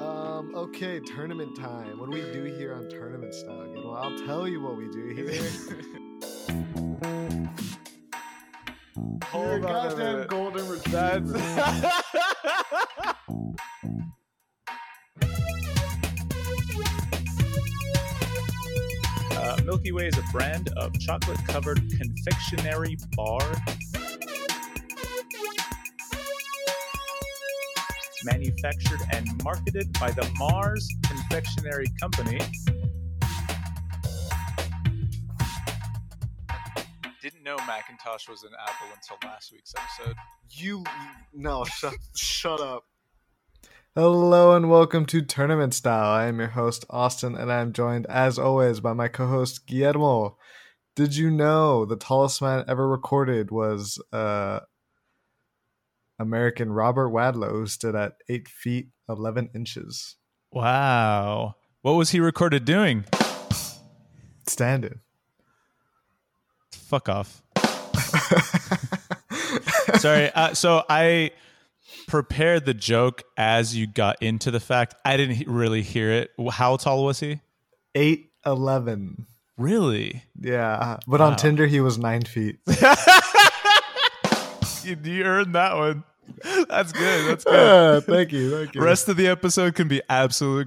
Um, okay, tournament time. What do we do here on Tournament Style? Again? Well, I'll tell you what we do here. Hold on You're a a goddamn minute. golden retriever. That's. Uh, Milky Way is a brand of chocolate covered confectionery bar manufactured and marketed by the Mars Confectionery Company. Didn't know Macintosh was an Apple until last week's episode. You no, shut shut up. Hello and welcome to Tournament Style. I am your host Austin, and I am joined, as always, by my co-host Guillermo. Did you know the tallest man ever recorded was uh, American Robert Wadlow, who stood at eight feet eleven inches, Wow. What was he recorded doing? standing. Fuck off. Sorry. Uh, so I prepared the joke as you got into the fact. I didn't he- really hear it. How tall was he? eight eleven. Really? Yeah, but on Wow. Tinder he was nine feet. you, you earned that one. That's good. That's good. Ah, thank you, thank you. Rest of the episode can be absolute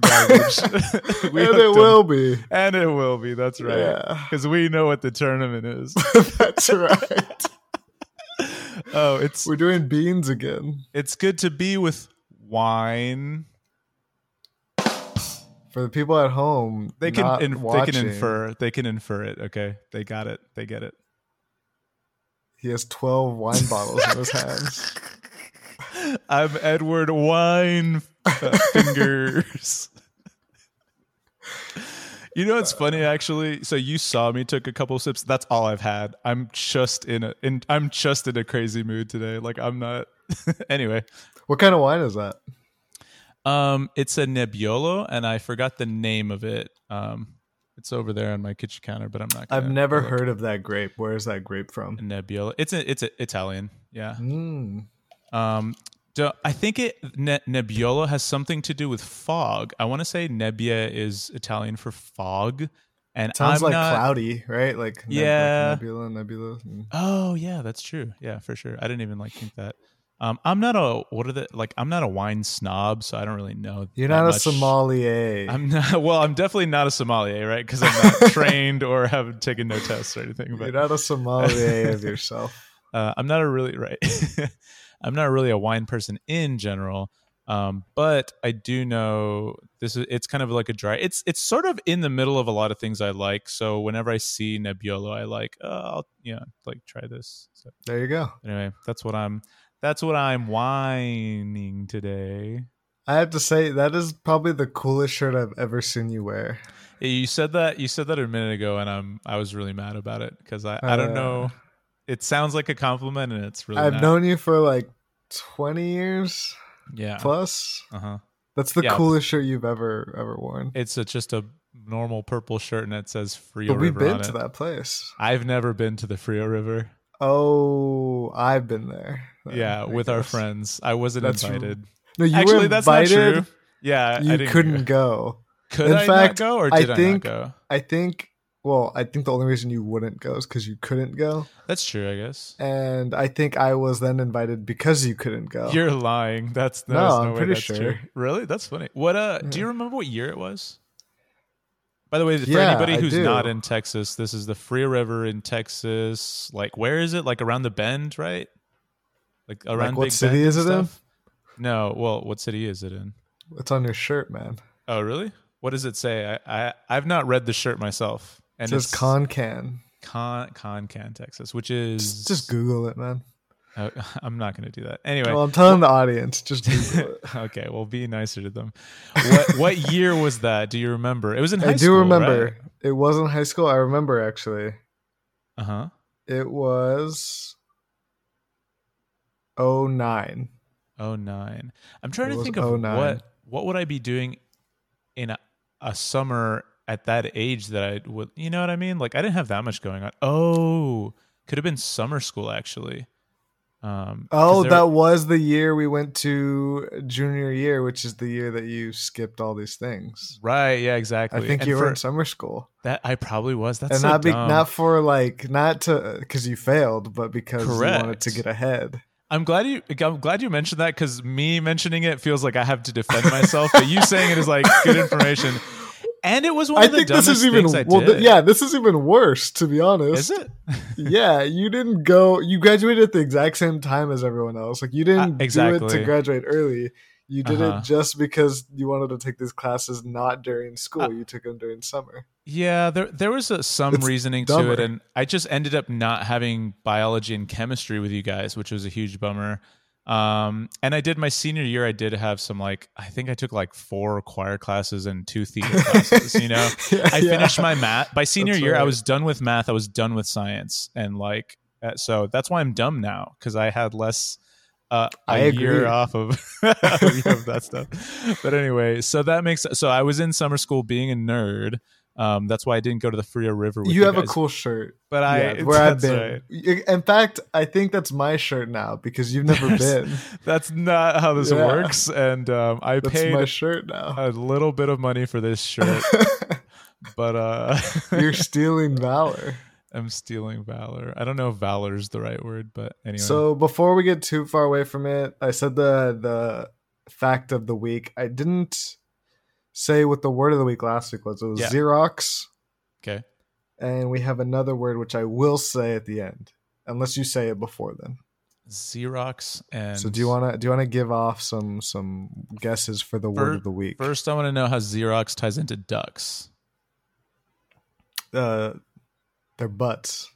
garbage. We and hooked it 'em. will be. And it will be. That's right. Yeah, Because we know what the tournament is. that's right. oh, it's We're doing beans again it's good to be with wine. for the people at home. They can not in, they watching, can infer they can infer it. Okay, they got it. They get it. He has twelve wine bottles in his hands. I'm Edward Wine uh, Fingers. you know what's funny actually? So you saw me took a couple of sips. That's all I've had. I'm just in a in, I'm just in a crazy mood today. Like I'm not. anyway, What kind of wine is that? um, it's a Nebbiolo, and I forgot the name of it. Um, it's over there on my kitchen counter, but I'm not. Gonna I've never look. heard of that grape. Where is that grape A from? Nebbiolo. It's a, it's a Italian. Yeah. Mm. Um, do, I think it ne- Nebbiola has something to do with fog. I want to say nebbia is Italian for fog, and Sounds I'm like not- cloudy, right? Like neb- like Yeah. nebula, nebula. Mm. Oh yeah, that's true. Yeah, for sure. I didn't even like think that. Um, I'm not a what are the like? I'm not a wine snob, so I don't really know. You're that not a much. sommelier. I'm not. Well, I'm definitely not a sommelier, right? Because I'm not trained or have taken no tests or anything. But You're not a sommelier as yourself. uh, I'm not a really right. I'm not really a wine person in general, um, but I do know this is. It's kind of like a dry. It's it's sort of in the middle of a lot of things I like. So whenever I see Nebbiolo, I like. Uh, I'll you know like try this. So There you go. anyway, that's what I'm. That's what I'm whining today. I have to say that is probably the coolest shirt I've ever seen you wear. Yeah, You said that you said that a minute ago, and I'm I was really mad about it because I I don't Uh, know. It sounds like a compliment, and it's really I've not. known you for like 20 years yeah. plus. Uh huh. That's the Yeah. coolest shirt you've ever ever worn. It's a, just a normal purple shirt and it says Frio But we've River been on to it. that place. I've never been to the Frio River. Oh, I've been there. yeah, I with our guess. friends. I wasn't That's r- invited. No, you were Actually, invited. that's not true. Yeah, I You didn't couldn't Go. go. Could In I fact, not go or I did I, think- not go? I think. Well, I think the only reason you wouldn't go is because you couldn't go, That's true, I guess. and I think I was then invited because you couldn't go. You're lying. That's there's No, no, I'm way pretty that's true. sure. Really? That's funny. What uh do you remember what year it was? By the way, for Yeah, anybody I who's do. not in Texas, this is the Frio River in Texas. Like where is it? Like around the bend, right? Like around what Big city Bend is and it in? stuff? No, well, what city is it in? it's on your shirt, man. Oh, really? What does it say? I, I I've not read the shirt myself. And it says it's Concan. Con Concan, Texas, which is Just Google it, man. Oh, I'm not going to do that anyway. Well, I'm telling the audience, just Google it. okay, well, be nicer to them. What what year was that? Do you remember? It was in high I do school, remember. It wasn't high school. I remember actually. Uh huh. It was 09. Oh nine. I'm trying It to was think of 09. what what would I be doing in a, a summer at that age that I would. You know what I mean? Like I didn't have that much going on. Oh, could have been summer school actually. Um, 'cause Oh, there- that was the year we went to junior year, which is the year that you skipped all these things. right. Yeah, exactly. I think And you were for- in summer school, that. I probably was. That's and so not be, dumb. not for like not to because you failed, but because you wanted to Correct. get ahead. I'm glad you. I'm glad you mentioned that because me mentioning it feels like I have to defend myself, but you saying it is like good information. And it was one I of the think this dumbest is even things I well, th- did. yeah, this is even worse to be honest. Is it? yeah, you didn't go. You graduated at the exact same time as everyone else. Like you didn't do it Uh, exactly. to graduate early. You did Uh-huh. it just because you wanted to take these classes not during school. Uh, you took them during summer. Yeah, there there was a, some It's reasoning dumber. to it, and I just ended up not having biology and chemistry with you guys, which was a huge bummer. Um, and I did my senior year. I did have some like I think I took like four choir classes and two theater classes. You know, Yeah, I yeah. finished my math by senior That's year. I right. was done with math. I was done with science, and like uh, so that's why I'm dumb now because I had less uh, a I agree. year off of, a year of that stuff. But anyway, so that makes so I was in summer school being a nerd. Um, that's why I didn't go to the Frio River. With You, you, have a guys. cool shirt. but I yeah, where I've that's been. right. Y- In fact, I think that's my shirt now because you've never Yes. been. That's not how this Yeah. works, and um, I That's paid my shirt now. a little bit of money for this shirt, but uh, You're stealing valor. I'm stealing valor. I don't know if valor is the right word, but anyway. So before we get too far away from it, I said the the fact of the week. I didn't say what the word of the week last week was. It was Yeah. Xerox, okay. and we have another word which I will say at the end, unless you say it before then. Xerox and so do you want to do you want to give off some some guesses for the word Fir- of the week? First, I want to know how Xerox ties into ducks. uh, their butts.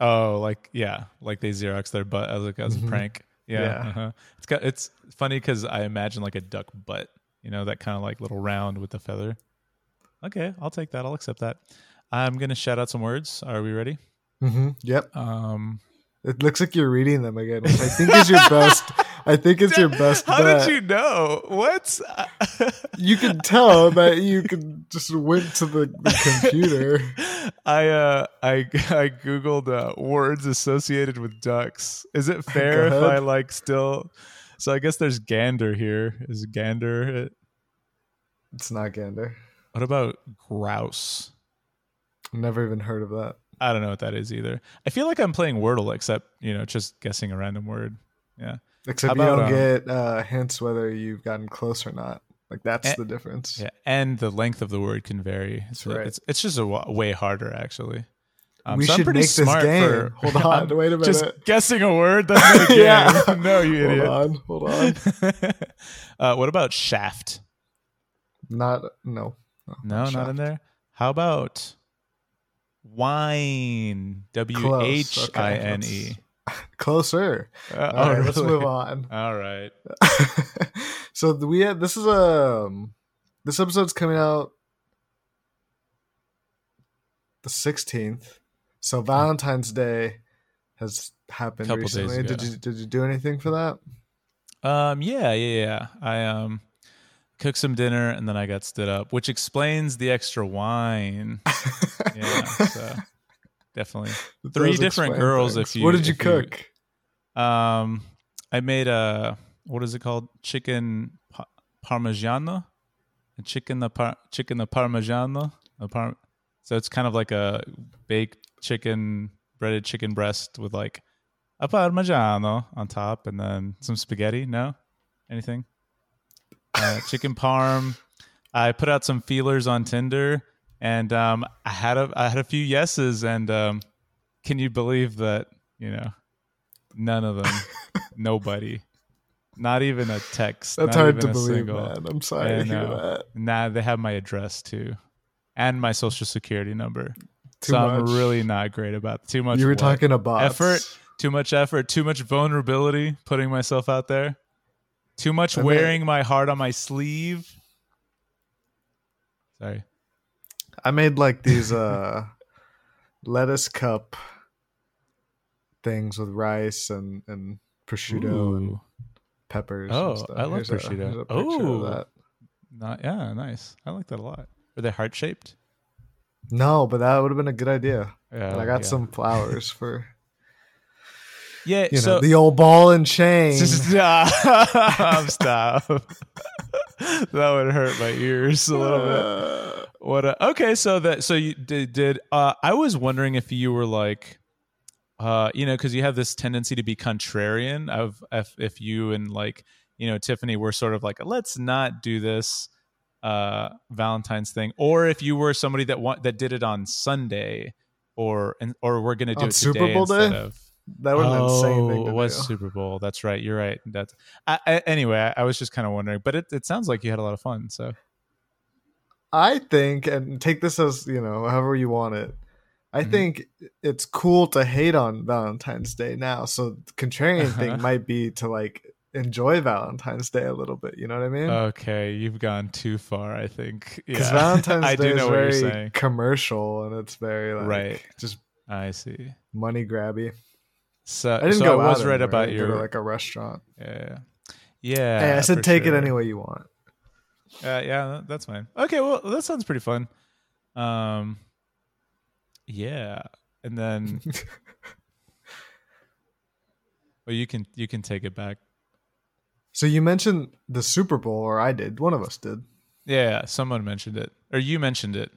Oh, like yeah, like they Xerox their butt as a, as a Mhm. prank. Yeah, Yeah. Uh-huh. it's got it's funny because I imagine like a duck butt, you know, that kind of like little round with the feather. Okay, I'll take that. I'll accept that. I'm gonna shout out some words. Are we ready? Mm-hmm. hmm Yep. Um, It looks like you're reading them again, which I think is your best. I think it's your best. How bet. did you know? What? you can tell that you could just went to the, the computer. I uh I I googled uh, words associated with ducks. Is it fair if Go I ahead. like still? So I guess there's gander here. Is gander? It? It's not gander. What about grouse? Never even heard of that. I don't know what that is either. I feel like I'm playing Wordle, except you know, just guessing a random word. Except about, you um, don't get uh, hints whether you've gotten close or not. Like that's Eh, the difference. Yeah, and the length of the word can vary. That's So right. It's it's just a wa- way harder actually. Um, we so I'm should pretty make this smart game. for- Hold I'm on, wait a minute. just guessing a word. That's not a game. Yeah. no, you hold idiot. on, hold on. uh, what about Shaft? Not no. No, not in Shaft. there. How about wine? W Close. H Okay, I N E. Closer. Uh, All oh, right, let's really? move on. All right. so th- we have, this is um this episode's coming out the 16th. So Valentine's Day has happened Hmm. Couple days recently. Did ago. you did you do anything for that? Um, yeah, yeah, yeah. I um cooked some dinner and then I got stood up, which explains the extra wine. Yeah, so definitely. It Three does different explain girls, things. if you- What did you if you- cook? Um, I made a what is it called? Chicken pa- parmigiana, a chicken the par- chicken the parmigiana. A par- so it's kind of like a baked chicken, breaded chicken breast with like a parmigiano on top, and then some spaghetti. No, anything. Uh, chicken parm. I put out some feelers on Tinder, and um, I had a I had a few yeses, and um, can you believe that you know none of them, nobody, not even a text. That's not hard even to a believe, single. man. I'm sorry Yeah, to hear no. that. Nah, they have my address too, and my social security number. Too so much. I'm really not great about too much. You were what? talking about effort, too much effort, too much vulnerability, putting myself out there, too much I mean- wearing my heart on my sleeve. Sorry. I made like these uh lettuce cup things with rice and and prosciutto and Ooh. peppers. Oh, and stuff. I love Here's a- prosciutto. here's a picture of Ooh. that. Not, yeah, nice. I like that a lot. Are they heart shaped? no, but that would have been a good idea. Oh, Yeah, and I got yeah. some flowers for Yeah, You so know, the old ball and chain. stop, stop. that would hurt my ears a little bit. Uh, What? A, okay, so that so you did. did uh, I was wondering if you were like, uh, you know, because you have this tendency to be contrarian. Of if, if you and like you know Tiffany were sort of like, let's not do this uh, Valentine's thing, or if you were somebody that want that did it on Sunday, or and or we're gonna do On it Super today Bowl instead day? of. that would have been insane Oh, thing to it was do. Super Bowl. That's right. You're right. That's I, I, anyway. I, I was just kind of wondering, but it, it sounds like you had a lot of fun. So I think, and take this as you know, however you want it. I Mhm. think it's cool to hate on Valentine's Day now. So the contrarian Uh-huh. thing might be to like enjoy Valentine's Day a little bit. You know what I mean? okay, you've gone too far. I think Because Oh, Yeah. Valentine's I Day do know is what you're very saying. commercial and it's very like Right. just I see. money grabby. So I didn't so go. I was out right anywhere. I about didn't go your to like a restaurant. yeah. Yeah, hey, I said for take sure. it any way you want. Uh, yeah, that- that's fine. Okay, well, that sounds pretty fun. Um, yeah, and then, well, you can you can take it back. So you mentioned the Super Bowl, or I did. One of us did. Yeah, someone mentioned it, or you mentioned it.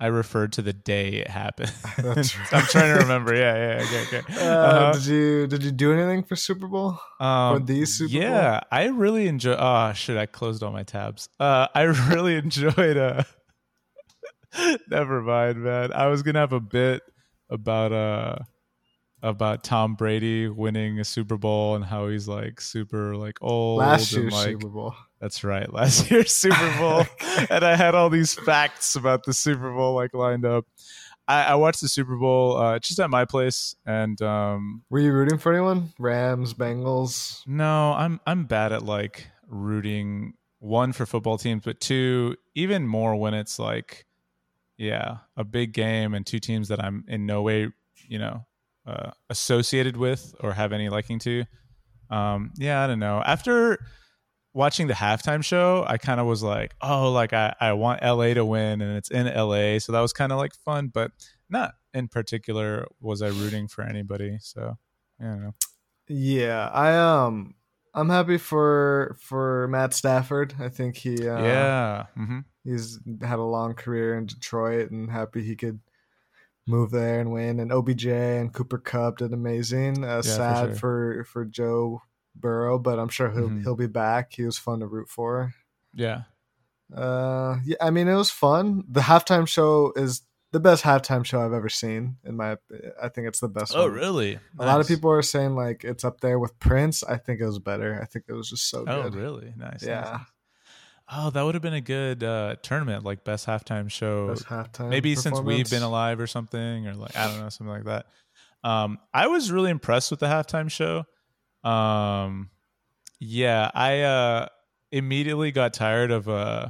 I referred to the day it happened. That's I'm right. trying to remember. Yeah, yeah, okay, okay. Uh, Uh-huh. Did you did you do anything for Super Bowl? Um, the Super Bowl? yeah, I really enjoy. Oh shit, I closed all my tabs. Uh, I really enjoyed. Uh, never mind, man. I was gonna have a bit about uh about Tom Brady winning a Super Bowl and how he's like super like old. Last and, year's like, Super Bowl. That's right, last year's Super Bowl, and I had all these facts about the Super Bowl like lined up. I, I watched the Super Bowl uh, just at my place, and um, Were you rooting for anyone? Rams, Bengals. No, I'm I'm bad at like rooting one for football teams, but two even more when it's like yeah, a big game and two teams that I'm in no way, you know, uh, associated with or have any liking to. Um, yeah, I don't know. After watching the halftime show, I kind of was like, oh, like I, I want LA to win and it's in LA. So that was kind of like fun, but not in particular was I rooting for anybody. So, you know. Yeah, I um, I'm happy for for Matt Stafford. I think he uh, yeah. hmm he's had a long career in Detroit and happy he could move there and win. And OBJ and Cooper Cup did amazing. Uh, for sad sure. for for Joe Burrow, but I'm sure he'll Mhm. he'll be back. He was fun to root for. Yeah. Uh, yeah, I mean it was fun. The halftime show is the best halftime show I've ever seen. In my, I think it's the best. one. Oh, really? A lot of people are saying like it's up there with Prince. I think it was better. I think it was just so Oh, good. really? Nice. nice, Yeah. nice. Oh, that would have been a good uh, tournament, like best halftime show. Best halftime. Maybe since we've been performance. alive or something, or like I don't know, something like that. Um, I was really impressed with the halftime show. Um, yeah, I uh, immediately got tired of uh,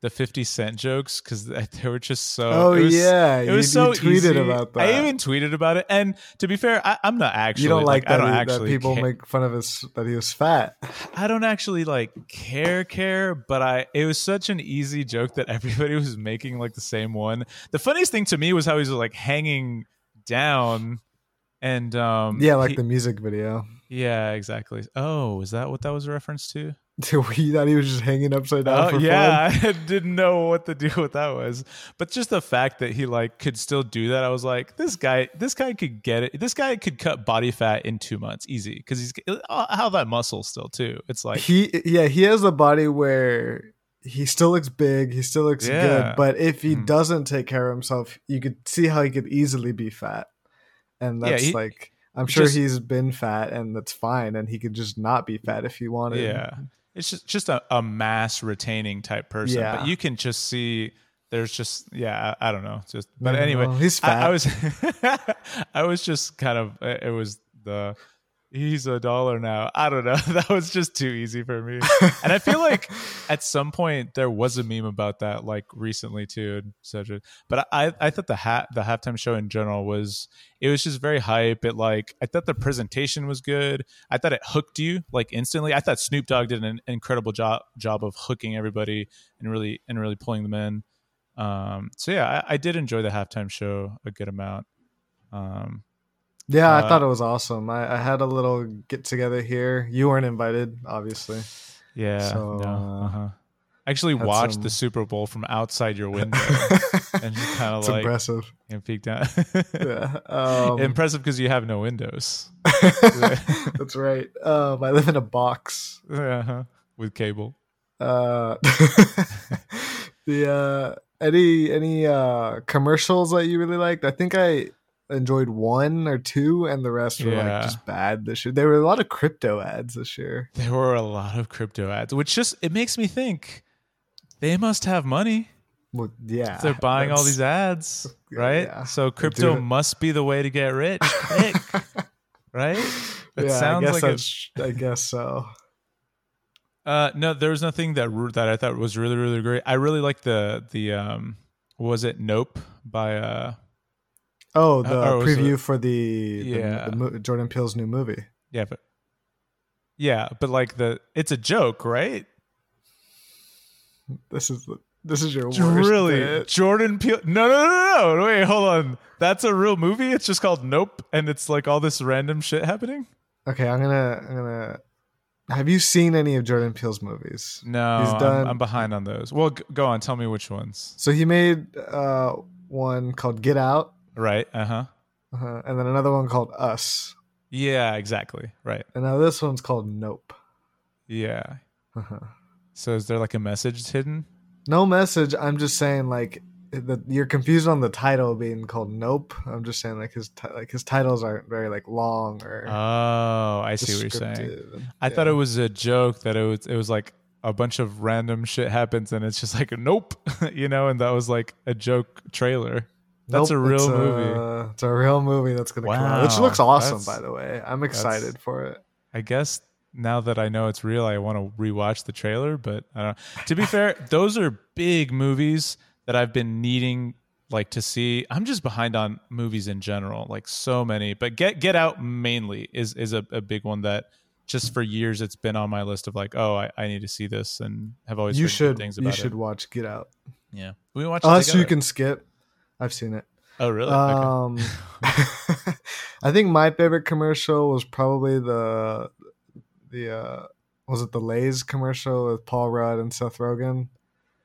the Fifty Cent jokes because they were just so. Oh it was- yeah, It you, was so you tweeted easy. about that. I even tweeted about it, and to be fair, I, I'm not actually. you don't like, I that, don't he- that actually people care. make fun of us that he was fat. I don't actually like care care, but I it was such an easy joke that everybody was making like the same one. The funniest thing to me was how he was like hanging down and um Yeah, like he- the music video. Yeah, exactly. Oh, is that what that was a reference to? he thought he was just hanging upside down. Oh for yeah, I didn't know what to do with that was. But just the fact that he like could still do that, I was like, this guy, this guy could get it. This guy could cut body fat in two months easy because he's uh, how that muscle still too. It's fun. like he yeah he has a body where he still looks big. He still looks Yeah. good, but if he Mhm. doesn't take care of himself, you could see how he could easily be fat. And Yeah, that's he- like I'm sure just- he's been fat, and that's fine, and he could just not be fat if he wanted. Yeah. It's just, just a, a mass retaining type person. Yeah. But you can just see there's just yeah, I, I don't know. It's Just but I don't anyway, know. he's fat. I, I was I was just kind of it was the he's a dollar now. I don't know. That was just too easy for me. And I feel like at some point there was a meme about that like recently too and such a- but i i thought the hat the halftime show in general was it was just very hype it like i thought the presentation was good i thought it hooked you like instantly i thought snoop dogg did an incredible job job of hooking everybody and really and really pulling them in um so yeah i, I did enjoy the halftime show a good amount um Yeah, I Uh, thought it was awesome. I, I had a little get together here. You weren't invited, obviously. Yeah. So, no, uh, uh-huh. I actually had watched some- the Super Bowl from outside your window and just kind of it's like impressive. and peeked out. Yeah. Um, Impressive because you have no windows. that's right. Um, I live in a box. Uh-huh. With cable. Uh, the uh, any any uh, commercials that you really liked? I think I enjoyed one or two, and the rest were Yeah. like just bad this year. There were a lot of crypto ads this year. There were a lot of crypto ads, which just it makes me think they must have money. Well, yeah, They're buying all that's- these ads, Yeah, right? yeah. So crypto it. must be the way to get rich, Nick, right? That yeah, I sounds guess like a that's- I guess so. Uh, no, there was nothing that ru- that I thought was really really great. I really liked the the um what was it Nope by uh Oh, the or was preview it- for the, the- Yeah. the mo- Jordan Peele's new movie. yeah but yeah but like the it's a joke right This is the- this is your worst really bit. Jordan Peele no no no no no wait hold on that's a real movie it's just called Nope and it's like all this random shit happening Okay, I'm gonna I'm gonna. Have you seen any of Jordan Peele's movies? no He's I'm- done- I'm, behind on those well g- go on tell me which ones So he made uh, one called Get Out, right uh huh uh, and then another one called Us, yeah exactly right and now this one's called Nope. yeah Uh-huh. so is there like a message hidden No message. I'm just saying like that you're confused on the title being called Nope. I'm just saying like his ti- like his titles aren't very like long or. oh I see what you're saying. descriptive. I thought it Yeah. was a joke that it was it was like a bunch of random shit happens and it's just like nope, you know, and that was like a joke trailer. That's a real it's uh, movie. It's a real movie that's gonna come out, which Wow, looks awesome, that's- by the way. I'm excited for it. I guess now that I know it's real, I want to rewatch the trailer, but I don't know. To be fair, those are big movies that I've been needing like to see. I'm just behind on movies in general, like so many. But Get Get Out mainly is is a, a big one that just for years it's been on my list of like, oh, I, I need to see this and have always You heard good should things you about should it. watch Get Out. Yeah. We watched Us, together. you can skip. I've seen it. Oh really? Okay. Um, I think my favorite commercial was probably the the uh, was it the Lay's commercial with Paul Rudd and Seth Rogen.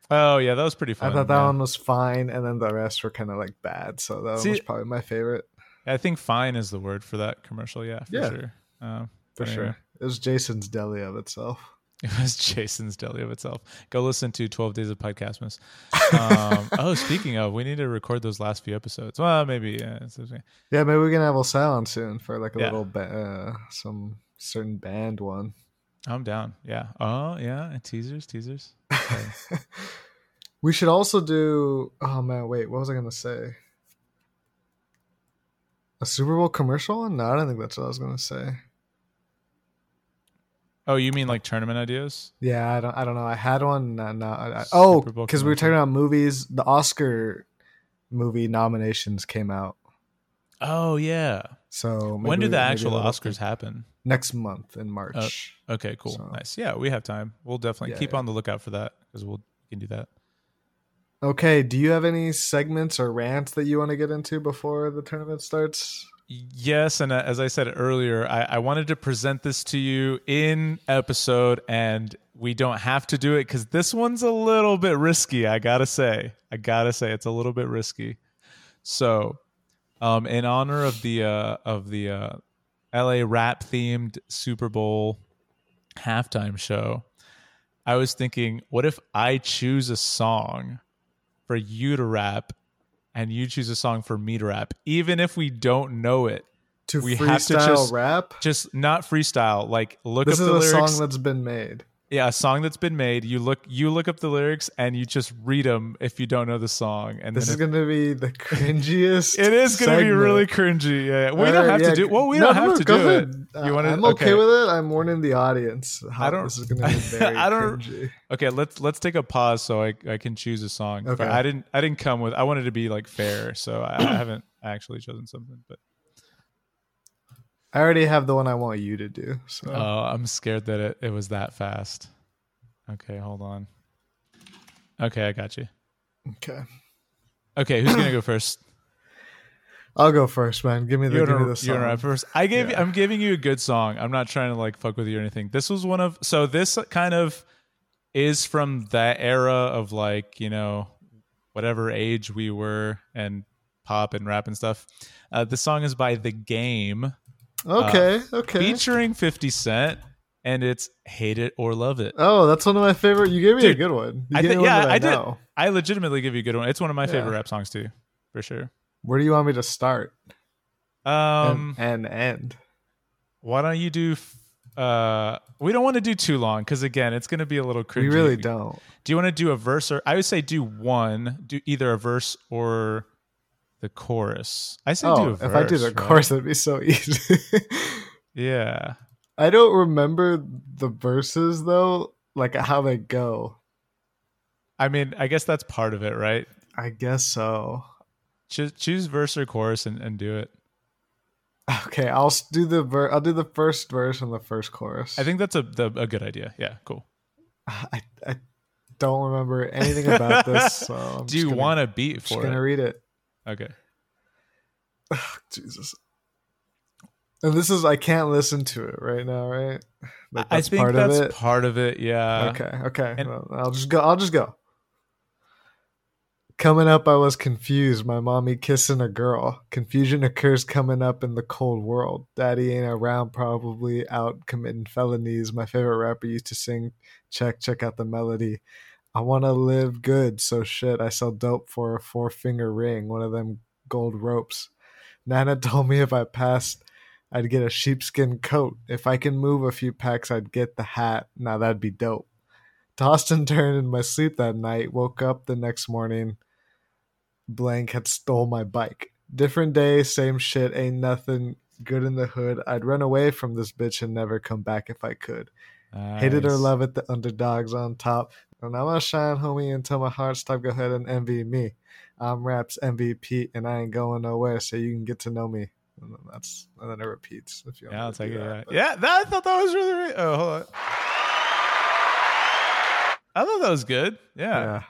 Oh yeah, that was pretty fun. I thought that yeah. one was fine, and then the rest were kind of like bad. So that See- one was probably my favorite I think "fine" is the word for that commercial. Yeah, for Yeah. sure. Um, for but anyway, sure. It was Jason's Deli of itself. it was Jason's Deli of itself. Go listen to Twelve Days of Podcastmas. Um, oh, speaking of, we need to record those last few episodes. Well, maybe. Yeah, it's- it's- Yeah, maybe we can have Osal on soon for like a Yeah. little ba- uh, some certain band one. I'm down. Yeah. Oh yeah. and Teasers, teasers. Okay. We should also do. Oh man, wait, what was I gonna say? A Super Bowl commercial? No, I don't think that's what I was gonna say. oh, you mean like tournament ideas? Yeah, I don't. I don't know. I had one. No, no, I, I, oh, Super Bowl because we were talking commercial. about movies. The Oscar movie nominations came out. Oh yeah. So maybe when do we- the maybe actual that'll- Oscars Oh, happen? Next month in March. Okay, cool, So- nice. Yeah, we have time. We'll definitely Yeah, keep yeah. on the lookout for that because we'll we can do that. okay. Do you have any segments or rants that you want to get into before the tournament starts? Yes, and uh, as I said earlier, I, I wanted to present this to you in episode, and we don't have to do it because this one's a little bit risky. I gotta say, I gotta say, it's a little bit risky. So, um, in honor of the uh, of the uh, L.A. rap themed Super Bowl halftime show, I was thinking, what if I choose a song for you to rap? And you choose a song for me to rap, even if we don't know it To We freestyle have to just- rap. just not freestyle like look This up is the a lyrics song that's been made. yeah a song that's been made you look you look up the lyrics and you just read them if you don't know the song and This is then going to be the cringiest. it- it is going to be segment. really cringy yeah we All don't right, have yeah, to do well we no, don't no, have no, to go do it ahead. You wanna- I'm okay. okay. with it. I'm warning the audience. How I don't- This is going to be very I don't- cringy. okay let's let's take a pause so i, I can choose a song But Okay. i didn't i didn't come with i wanted to be like fair so i, I haven't actually chosen something but I already have the one I want you to do. So oh i'm scared that it, it was that fast okay hold on okay i got you okay, okay who's gonna go first I'll go first, man. Give me the, You're, give me gonna- the song. you're gonna first. I gave. Yeah. I'm giving you a good song. I'm not trying to like fuck with you or anything. This was one of. So this kind of is from that era of like you know whatever age we were and pop and rap and stuff. Uh, the song is by The Game, uh, okay, okay. featuring 50 Cent, and it's "Hate It or Love It." Oh, that's one of my favorite. You gave me Dude, a good one. You I gave thi- me one yeah, that I did. know. I legitimately give you a good one. It's one of my favorite Yeah. rap songs too, for sure. Where do you want me to start Um, and, and end? why don't you do? f- Uh, we don't want to do too long because again, it's going to be a little cringy. We really if don't. Do you want to do a verse or I would say do one, do either a verse or the chorus. I say do a Oh, verse. if I did a right? course, it'd be so easy. Yeah. I don't remember the verses though, like how they go. I mean, I guess that's part of it, right? I guess so. Choose, choose verse or chorus and, and do it. Okay, I'll s- do the ver- I'll do the first verse and the first chorus. I think that's a the, a good idea. Yeah, cool. I, I don't remember anything about this. So I'm do you want a beat Just for gonna it? read it. okay. Ugh, Jesus. And this is I can't listen to it right now, right? Like, I that's think part that's of it. part of it. Yeah. okay, okay. Uh, and- well, I'll just go. I'll just go. Coming up, I was confused. My mommy kissing a girl. Confusion occurs coming up in the cold world. Daddy ain't around, probably out committing felonies. My favorite rapper used to sing, check, check out the melody. I want to live good, so shit. I sell dope for a four finger ring, one of them gold ropes. Nana told me if I passed, I'd get a sheepskin coat. If I can move a few packs, I'd get the hat. Now that'd be dope. Tossed and turned in my sleep that night, woke up the next morning. Blank had stole my bike. Different day, same shit, ain't nothing good in the hood. I'd run away from this bitch and never come back if I could. Hate it or Nice. love it, the underdog's on top. And I'm gonna shine, homie, until my heart stops. Go ahead and envy me. I'm Raps MVP, and I ain't going nowhere, so you can get to know me. And then that's and then it repeats. If you Yeah, I'll want take it. Yeah, But, yeah that, I thought that was really. re- Oh, hold on. I thought that was good. Yeah, yeah.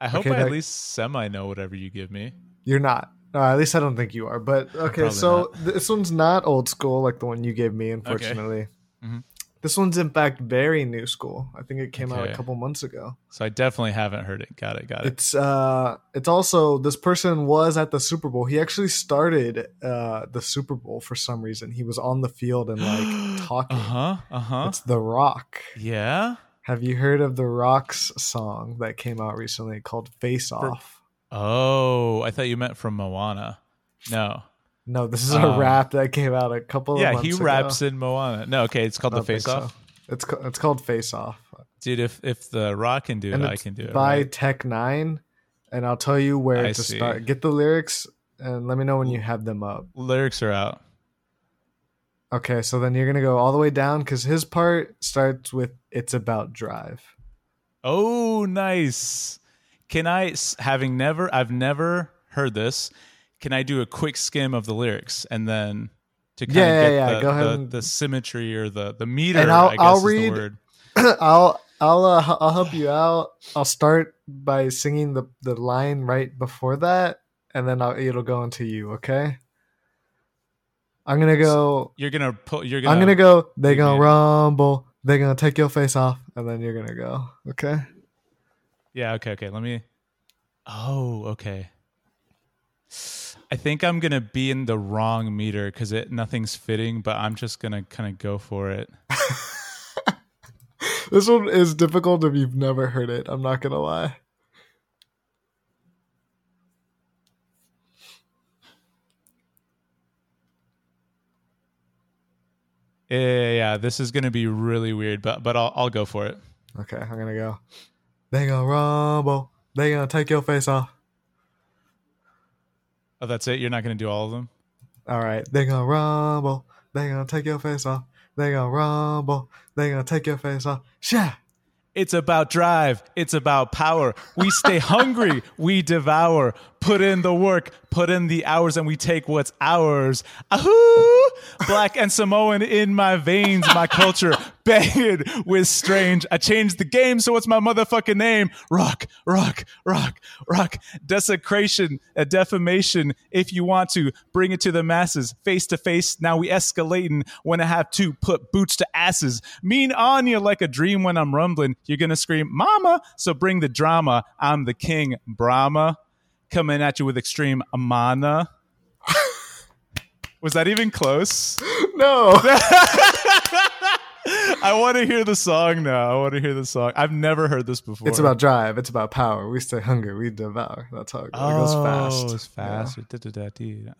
I hope Okay, I at that- least semi know whatever you give me. You're not. No, at least I don't think you are. But okay, probably so this one's not old school like the one you gave me, unfortunately. Mhm. This one's in fact very new school. I think it came out Okay. a couple months ago. So I definitely haven't heard it. Got it. Got it. It's uh, it's also this person was at the Super Bowl. He actually started uh the Super Bowl for some reason. He was on the field and like talking. Uh huh. Uh huh. It's The Rock. Yeah. Have you heard of The Rock's song that came out recently called Face Off? Oh, I thought you meant from Moana. No. No, this is a Um, rap that came out a couple. of Yeah, months he ago. raps in Moana. No, okay, it's called I the don't think Face Off. so. It's ca- it's called Face Off Dude, if if the Rock can do it, And I it's can do it. by right? Tech Nine, and I'll tell you where I to see. start. Get the lyrics and let me know when you have them up. Lyrics are out. Okay, so then you're gonna go all the way down because his part starts with "It's about drive." Oh, nice. Can I, s- having never, I've never heard this, can I do a quick skim of the lyrics and then to kind Yeah, of yeah, get yeah, The, go ahead the, and- the symmetry or the, the meter? And I'll- I guess I'll is read- the word. I'll I'll uh, h- I'll help you out. I'll start by singing the the line right before that, and then I'll, it'll go into you. Okay. I'm gonna go. You're gonna pull. You're gonna. I'm gonna go. They you gonna do. rumble. They gonna take your face off, and then you're gonna go. Okay. Yeah. Okay. Okay. Let me. Oh. Okay. I think I'm gonna be in the wrong meter because it nothing's fitting, but I'm just gonna kind of go for it. This one is difficult if you've never heard it. I'm not gonna lie. Yeah. yeah, yeah, This is gonna be really weird, but but I'll I'll go for it. Okay, I'm gonna go. They gonna rumble. They gonna take your face off. Oh, that's it. You're not gonna do all of them. All right. They gonna rumble. They gonna take your face off. They gonna rumble. They gonna take your face off. Sha. It's about drive. It's about power. We stay hungry. We devour. Put in the work. Put in the hours, and we take what's ours. Ahoo! black and Samoan in my veins, my culture buried with strange. I changed the game, so what's my motherfucking name? Rock, rock, rock, rock. Desecration, a defamation. If you want to bring it to the masses, face to face. Now we escalating when I have to put boots to asses. Mean on you like a dream when I'm rumbling. You're gonna scream, "Mama!" So bring the drama. I'm the king, Brahma, coming at you with extreme amana. Was that even close? No. I want to hear the song now. I want to hear the song. I've never heard this before. It's about drive. It's about power. We stay hungry. We devour. That's how it goes. oh, it goes it's fast. fast.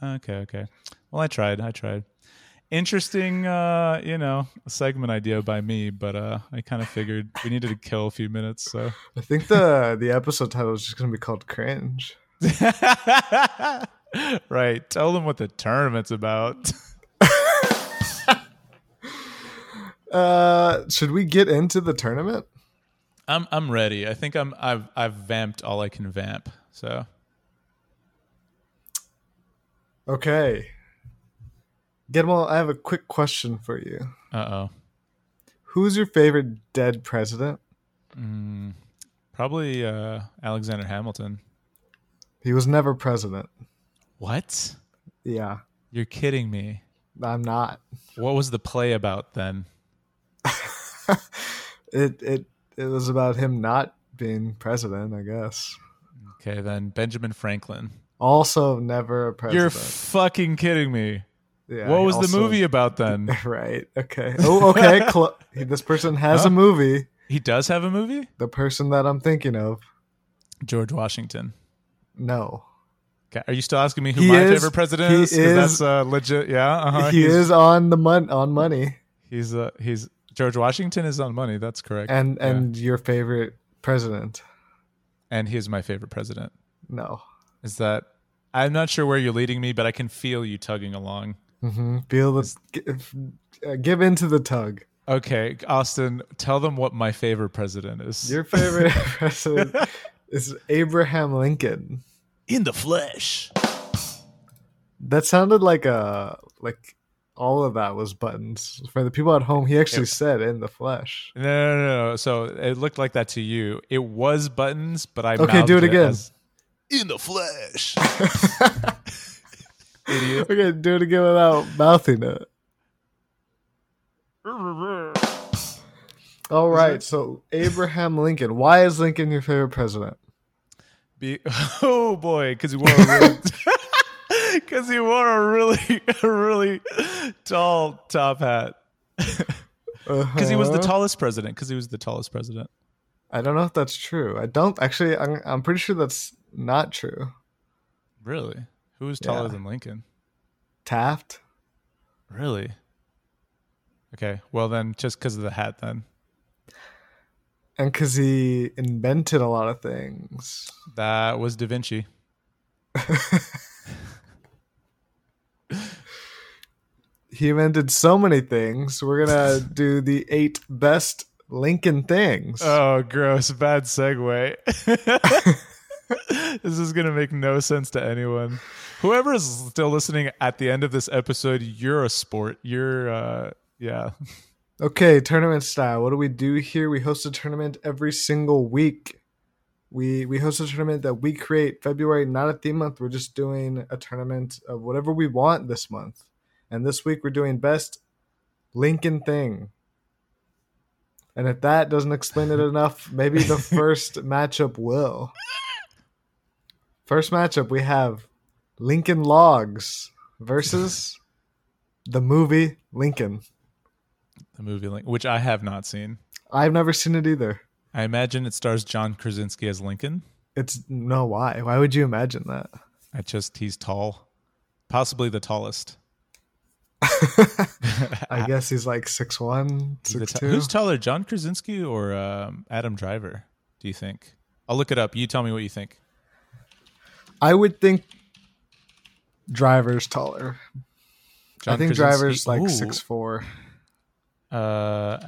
Okay, okay. Well, I tried. I tried. Interesting, uh, you know, segment idea by me, but uh, I kind of figured we needed to kill a few minutes, so. I think the the episode title is just gonna be called cringe. right. Tell them what the tournament's about. Uh, should we get into the tournament? I'm I'm ready. I think I'm I've I've vamped all I can vamp. So Okay. Gidmal, I have a quick question for you. uh oh. Who's your favorite dead president? Mm, probably uh, Alexander Hamilton. He was never president. What? Yeah, You're kidding me. I'm not. What was the play about then? it it it was about him not being president, I guess. Okay, then Benjamin Franklin. Also, never a president. You're fucking kidding me. Yeah, what he was the also- movie about then? Right. Okay. Oh, okay. Cl- this person has Huh? a movie. he does have a movie? The person that I'm thinking of, George Washington. no. Okay, Are you still asking me who He my is- favorite president he is? 'Cause is- that's uh, legit. Yeah, uh-huh. he he's, is on the mon- on money, He's uh, he's George Washington is on money. That's correct. and Yeah. and your favorite president. and he is my favorite president. No. Is that I'm not sure where you're leading me, but I can feel you tugging along. Mm-hmm. hmm Feel the give, uh, give in to the tug. Okay, Austin, tell them what my favorite president is. Your favorite president is Abraham Lincoln. in the flesh. That sounded like a like all of that was buttons for the people at home. He actually said in the flesh. No, no, no, no. So it looked like that to you. It was buttons, but I Okay, do mouthed it again. as, in the flesh. Idiot. Okay, do it again without mouthing it. All right, so Abraham Lincoln. Why is Lincoln your favorite president? Be- oh boy, because he wore a really, because he wore a really, a really tall top hat. Because he was the Uh-huh. tallest president. Because he was the tallest president. I don't know if that's true. I don't actually. I'm, I'm pretty sure that's not true. Really? Who was taller Yeah. than Lincoln? Taft. Really? Okay. Well, then, just because of the hat, then and because he invented a lot of things. that was Da Vinci. He invented so many things. We're gonna do the eight best Lincoln things. Oh, gross! Bad segue. this is gonna make no sense to anyone. Whoever is still listening at the end of this episode, you're a sport. You're, uh, yeah. okay, tournament style. What do we do here? We host a tournament every single week. We we host a tournament that we create. February, not a theme month. We're just doing a tournament of whatever we want this month. And this week we're doing best Lincoln thing. And if that doesn't explain it enough, maybe the first matchup will. First matchup we have Lincoln Logs versus the movie Lincoln. The movie link, which I have not seen. I've never seen it either. I imagine it stars John Krasinski as Lincoln. It's no why. Why would you imagine that? I just he's tall, possibly the tallest. I guess he's like six one, Uh, He's the six ta- two. who's taller, John Krasinski or um, Adam Driver? Do you think? I'll look it up. You tell me what you think. I would think driver's taller. John I think Krasinski- driver's like Ooh. six four. Uh,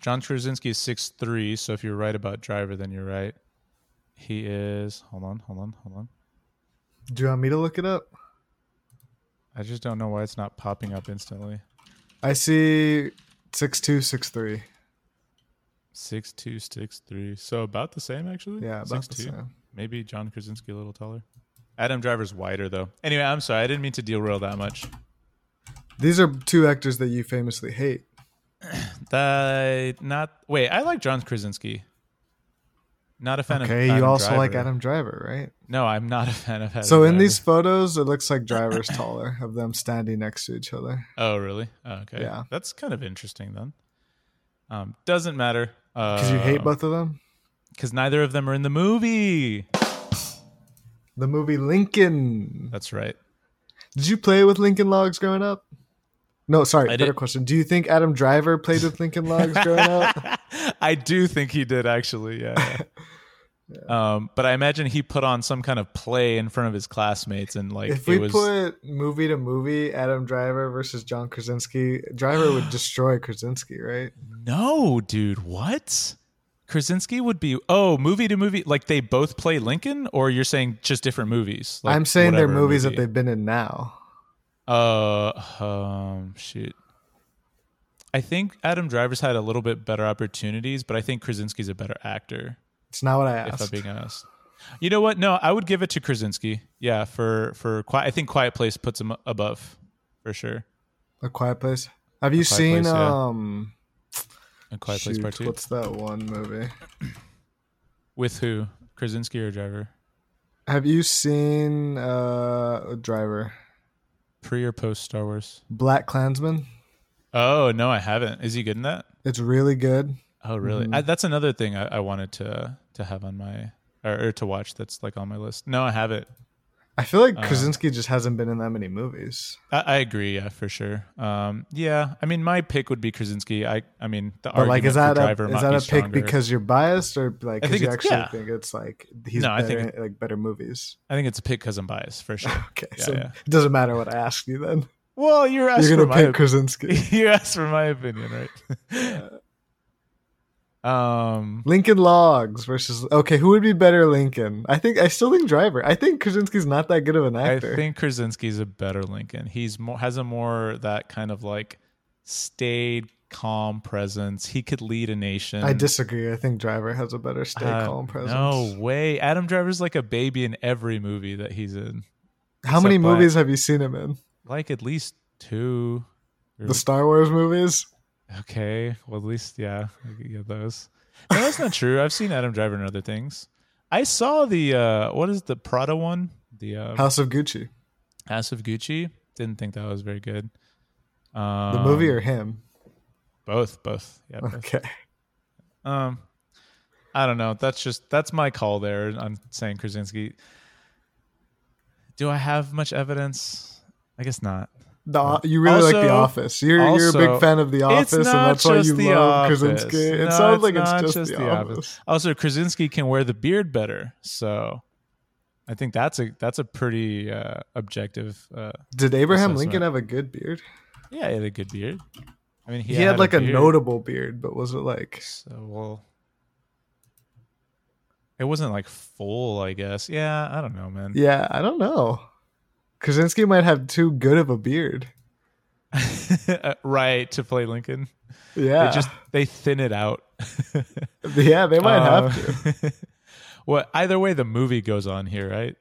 John Krasinski is six three. So if you're right about Driver, then you're right. He is. Hold on, hold on, hold on. Do you want me to look it up? I just don't know why it's not popping up instantly. I see six two six three. Six two six three. So about the same actually. Yeah, about six the same. Maybe John Krasinski a little taller. Adam Driver's wider though. Anyway, I'm sorry. I didn't mean to derail that much. These are two actors that you famously hate. The not wait. I like John Krasinski. Not a fan Okay, of. you Adam also like Driver. Adam Driver, right? No, I'm not a fan of Adam. so in Driver. these photos, it looks like Driver's taller of them standing next to each other. Oh really? Oh, okay. Yeah. That's kind of interesting then. Um, doesn't matter. Because you Uh. hate both of them. Because neither of them are in the movie. The movie Lincoln. That's right. Did you play with Lincoln Logs growing up? No, sorry. I better did- question. Do you think Adam Driver played with Lincoln Logs growing up? I do think he did actually. Yeah. yeah. Um, but I imagine he put on some kind of play in front of his classmates and like if it we was. put movie to movie, Adam Driver versus John Krasinski, Driver would destroy Krasinski, right? no, dude, what? Krasinski would be oh movie to movie like they both play Lincoln or you're saying just different movies. Like, I'm saying they're whatever movies movie. that they've been in now. Uh, um, shoot. I think Adam Driver's had a little bit better opportunities, but I think Krasinski's a better actor. It's not what I If I'm asked. being honest, you know what? No, I would give it to Krasinski. Yeah, for for Qui- I think Quiet Place puts him above for sure. A Quiet Place. Have you Quiet seen Place, yeah. um? And Quiet Place shoot, Part Two what's that one movie? with who? Krasinski or Driver? Have you seen uh Driver? Pre or post Star Wars? Black Klansman. Oh no, I haven't. Is he good in that? It's really good. Oh really? I, that's another thing I, I wanted to to have on my or, or to watch. That's like on my list. No, I haven't. I feel Uh-huh. like Krasinski just hasn't been in that many movies. I, I agree, yeah, for sure. Um, yeah, I mean, my pick would be Krasinski. I, I mean, the But argument like, is for that driver a might is that be a pick stronger. because you're biased or like I because think you it's- actually yeah. think it's like he's No, I better think in- like better movies? I think it's a pick because I'm biased for sure. Okay, Yeah, so yeah. it doesn't matter what I ask you then. well, you're asking You're for gonna pick my Krasinski. you asked for my opinion, right? um, Lincoln Logs versus okay, who would be better, Lincoln? I think I still think Driver. I think Krasinski's not that good of an I actor. think Krasinski's a better Lincoln. He's more has a more that kind of like stayed, calm presence. He could lead a nation. I disagree. I think Driver has a better stay Uh, calm presence. No way. Adam Driver's like a baby in every movie that he's in. How many except by- movies have you seen him in? Like at least two. or- The Star Wars movies? Okay. Well, at least yeah, I could get those. No, that's not true. I've seen Adam Driver in other things. I saw the uh what is the Prada one? The uh, House of Gucci. House of Gucci. Didn't think that was very good. The Um, movie or him? both, both. Yeah. both. Okay. Um, I don't know. That's just that's my call there. I'm saying Krasinski. Do I have much evidence? I guess not. The, you really like The Also- Office. You're, you're a also, big fan of The Office, It's and not that's why just you the love office. Krasinski. It No, sounds like it's not just, The, office. Also, Krasinski can wear the beard better, so I think that's a that's a pretty uh, objective. Uh, Did Abraham Assessment. Lincoln have a good beard? yeah, he had a good beard. I mean, he, He, had, like a, beard, notable beard, but was it like So well, it wasn't like full, I guess. Yeah, I don't know, man. Yeah, I don't know. Krasinski might have too good of a beard. Uh, right to play Lincoln. Yeah, They just they thin it out. yeah, they might uh, have to. to. well, either way, the movie goes on here, right?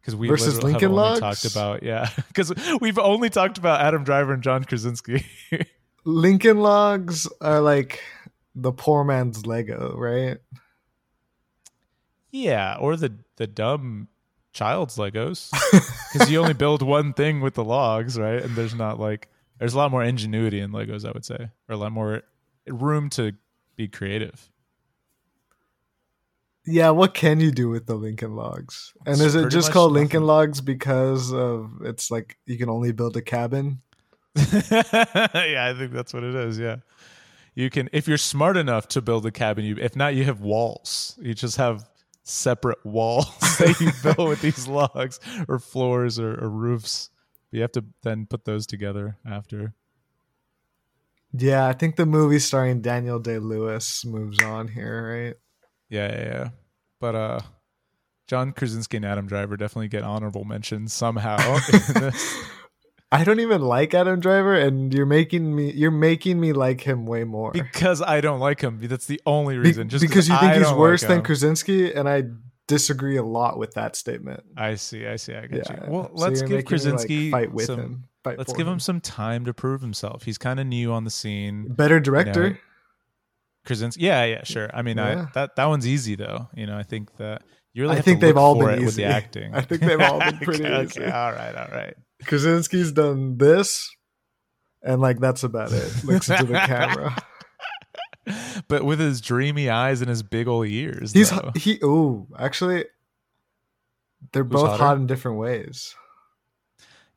Because we Versus literally have Lincoln only Logs? talked about yeah, because we've only talked about Adam Driver and John Krasinski. Lincoln Logs are like the poor man's Lego, right? yeah, or the the dumb child's Legos, because you only build one thing with the logs, right? And there's not like there's a lot more ingenuity in Legos, I would say, or a lot more room to be creative. Yeah, what can you do with the Lincoln Logs? And It's is it pretty just much called Lincoln Logs because of it's like you can only build a cabin? yeah, I think that's what it is. Yeah. You can if you're smart enough to build a cabin, you if not you have walls. You just have separate walls that you build with these logs or floors or, or roofs. You have to then put those together after. Yeah, I think the movie starring Daniel Day Lewis moves on here, right? Yeah, yeah, yeah. But uh John Krasinski and Adam Driver definitely get honorable mentions somehow. I don't even like Adam Driver, and you're making me you're making me like him way more because I don't like him. That's the only reason. Be- just because you think I he's don't worse like than him. Krasinski, and I disagree a lot with that statement. I see. I see. I Yeah. get you. Well, So let's you're making me, give like, Krasinski fight with some. him. Fight Let's for give him some time to prove himself. He's kind of new on the scene. better director. Krasinski. Yeah, yeah, sure. I mean, Yeah. I, that that one's easy though. You know, I think that you really. I have think to they've look all for been it with easy. the acting. I think they've all been pretty okay, easy. Okay, all right, all right. Krasinski's done this, and like that's about it. Looks into the camera. But with his dreamy eyes and his big old ears, He's though. he. Oh, actually, they're Who's both hotter? hot in different ways.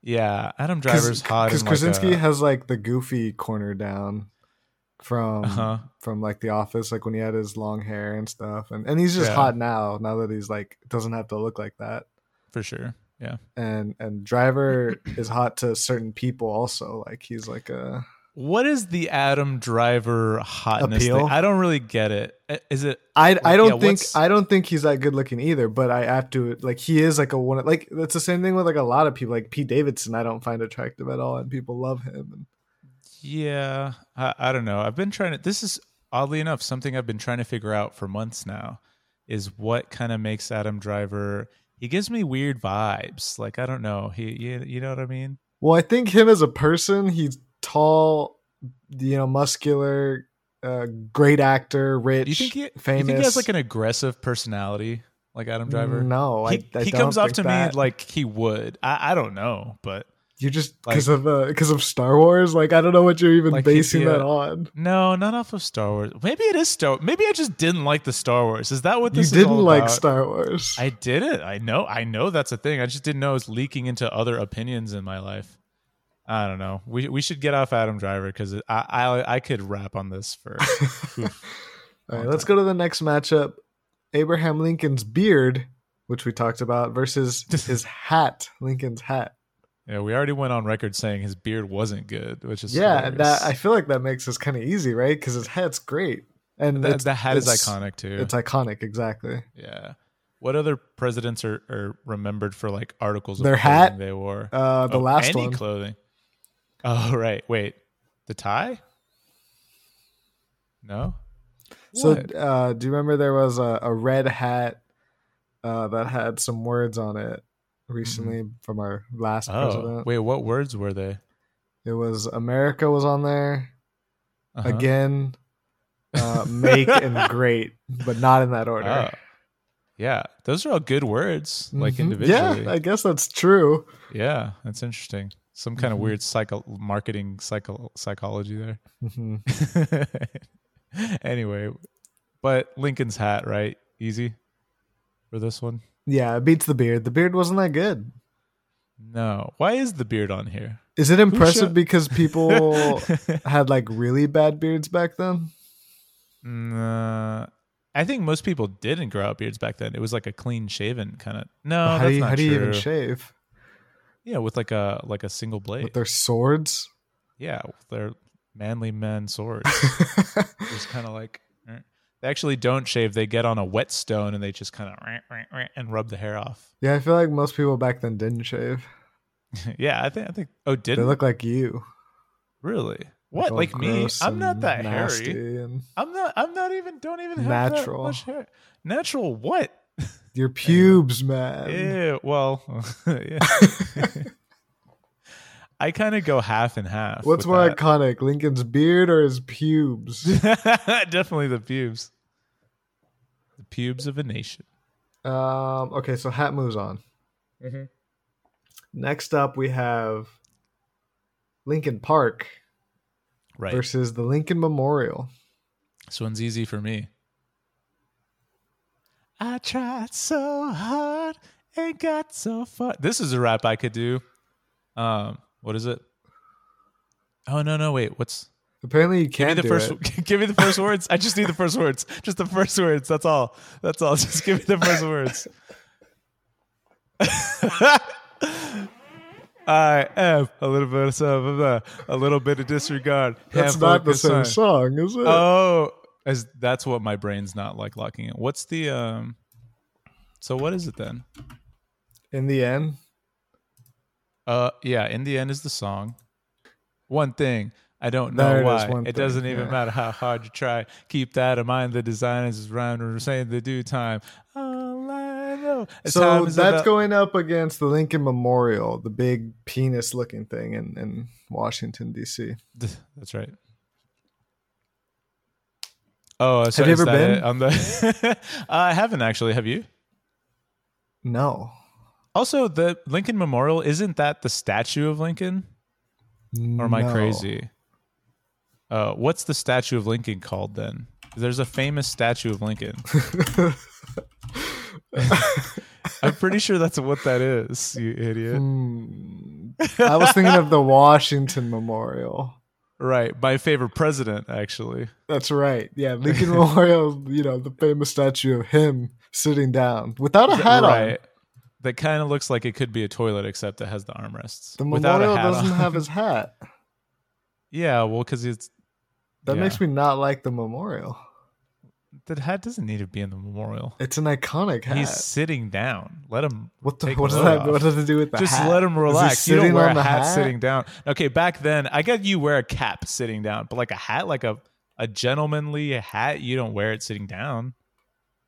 yeah. Adam Driver's hot because in, like, uh, Krasinski a- has like the goofy corner down from Uh-huh. from like The Office, like when he had his long hair and stuff, and and he's just Yeah. hot now. Now that he's like doesn't have to look like that, for sure. Yeah. and and Driver is hot to certain people also. Like he's like a What is the Adam Driver hotness? Appeal? Thing? I don't really get it. Is it I I don't yeah, think what's- I don't think he's that good looking either. But I have to like he is like a one like that's the same thing with like a lot of people like Pete Davidson. I don't find attractive at all, and people love him. And Yeah, I, I don't know. I've been trying to. This is oddly enough something I've been trying to figure out for months now. Is what kind of makes Adam Driver? He gives me weird vibes. Like I don't know. He, you, you know what I mean? Well, I think him as a person, he's tall, you know, muscular, uh, great actor, rich, Do you think he? famous. You think he has like an aggressive personality, like Adam Driver? No, he, oh, I, I he don't comes off think to that. me like he would. I, I don't know, but you just like- because of uh, because of Star Wars. Like I don't know what you're even Like he'd be basing that a- on. no, not off of Star Wars. Maybe it is Star. Maybe I just didn't like the Star Wars. Is that what You this is didn't all like about? Star Wars. I did it. I know. I know that's a thing. I just didn't know it was leaking into other opinions in my life. I don't know. We we should get off Adam Driver because I, I I could rap on this for. All right, let's go to the next matchup: Abraham Lincoln's beard, which we talked about, versus his hat, Lincoln's hat. yeah, we already went on record saying his beard wasn't good, which is Yeah, hilarious. that I feel like that makes this kind of easy, right? Because his hat's great, and That- it's- the hat is it's- iconic too. It's iconic, exactly. yeah. What other presidents are, are remembered for like articles of Their clothing hat? they wore? Uh, the Oh, last any one. clothing. Oh right, wait, the tie? No. so, What? uh, do you remember there was a, a red hat uh, that had some words on it recently from our last Mm-hmm. Oh, president? wait, what words were they? It was America was on there Uh-huh. again. Uh, make and great, but not in that order. Oh. Yeah, those are all good words, like Mhm. individually. Yeah, Yeah, I guess that's true. that's interesting. Some kind Mhm. of weird psycho marketing psycho psychology there. Mhm. anyway, but Lincoln's hat, right? Easy for this one. Yeah, it beats the beard. The beard wasn't that good. No, why is the beard on here? Is it impressive shot- because people had like really bad beards back then? Nah, I think most people didn't grow out beards back then. It was like a clean shaven kind of. No, how that's do you, not how do you even true. shave? Yeah, with like a like a single blade. With their swords? yeah, with their manly men swords. It's kind of like eh. they actually don't shave. They get on a whetstone and they just kind of and rub the hair off. yeah, I feel like most people back then didn't shave. yeah, I think I think. Oh, did They look like you. really? What all like me? gross I'm not and that nasty hairy. And I'm not. I'm not even. Don't even have Natural. That much hair. Natural. What? your pubes, man. Yeah. Well. yeah. I kind of go half and half. What's with more that. iconic, Lincoln's beard or his pubes? Definitely the pubes. The pubes of a nation. um, okay, so hat moves on. Next up, we have Lincoln Park Right. versus the Lincoln Memorial. This one's easy for me. I tried so hard and got so far. This is a rap I could do. Um, what is it? Oh no, no, wait. What's Apparently, you give can't me the do first? it. Give me the first words. I just need the first words. Just the first words. That's all. That's all. Just give me the first words. I am a little bit of some- a little bit of disregard. That's Half not the focus same on- song, is Uh, it? Oh, as that's what my brain's not like locking in. What's the um? So what is it then? In the end, Uh, yeah. In the end is the song. One thing I don't know There it is, why. one It, thing, doesn't even yeah. matter how hard you try. Keep that in mind. The designers is round and saying the due time. All I know. is so time is that's about- going up against the Lincoln Memorial, the big penis-looking thing in in Washington D.C. That's right. Oh, so Have you is ever that been? it on the? Uh, I haven't actually. Have you? No, Also, the Lincoln Memorial isn't that the statue of Lincoln? Or am I No. crazy? Uh, what's the statue of Lincoln called then? There's a famous statue of Lincoln. I'm pretty sure that's what that is. You idiot. Hmm. I was thinking of the Washington Memorial. Right, my favorite president actually. That's right. Yeah, Lincoln Memorial. You know the famous statue of him sitting down without a hat on. right. That kind of looks like it could be a toilet, except it has the armrests. The Without a memorial hat doesn't on. have his hat. Yeah, well, because it's That Yeah. makes me not like the memorial. the hat doesn't need to be in the memorial. It's an iconic hat. He's sitting down. Let him what the? take What the does lid that? off. What does it do with the just hat? let him Is he relax. You don't sitting wear on a the hat, hat? sitting down. Okay, back then I got you wear a cap sitting down, but like a hat, like a a gentlemanly hat, you don't wear it sitting down.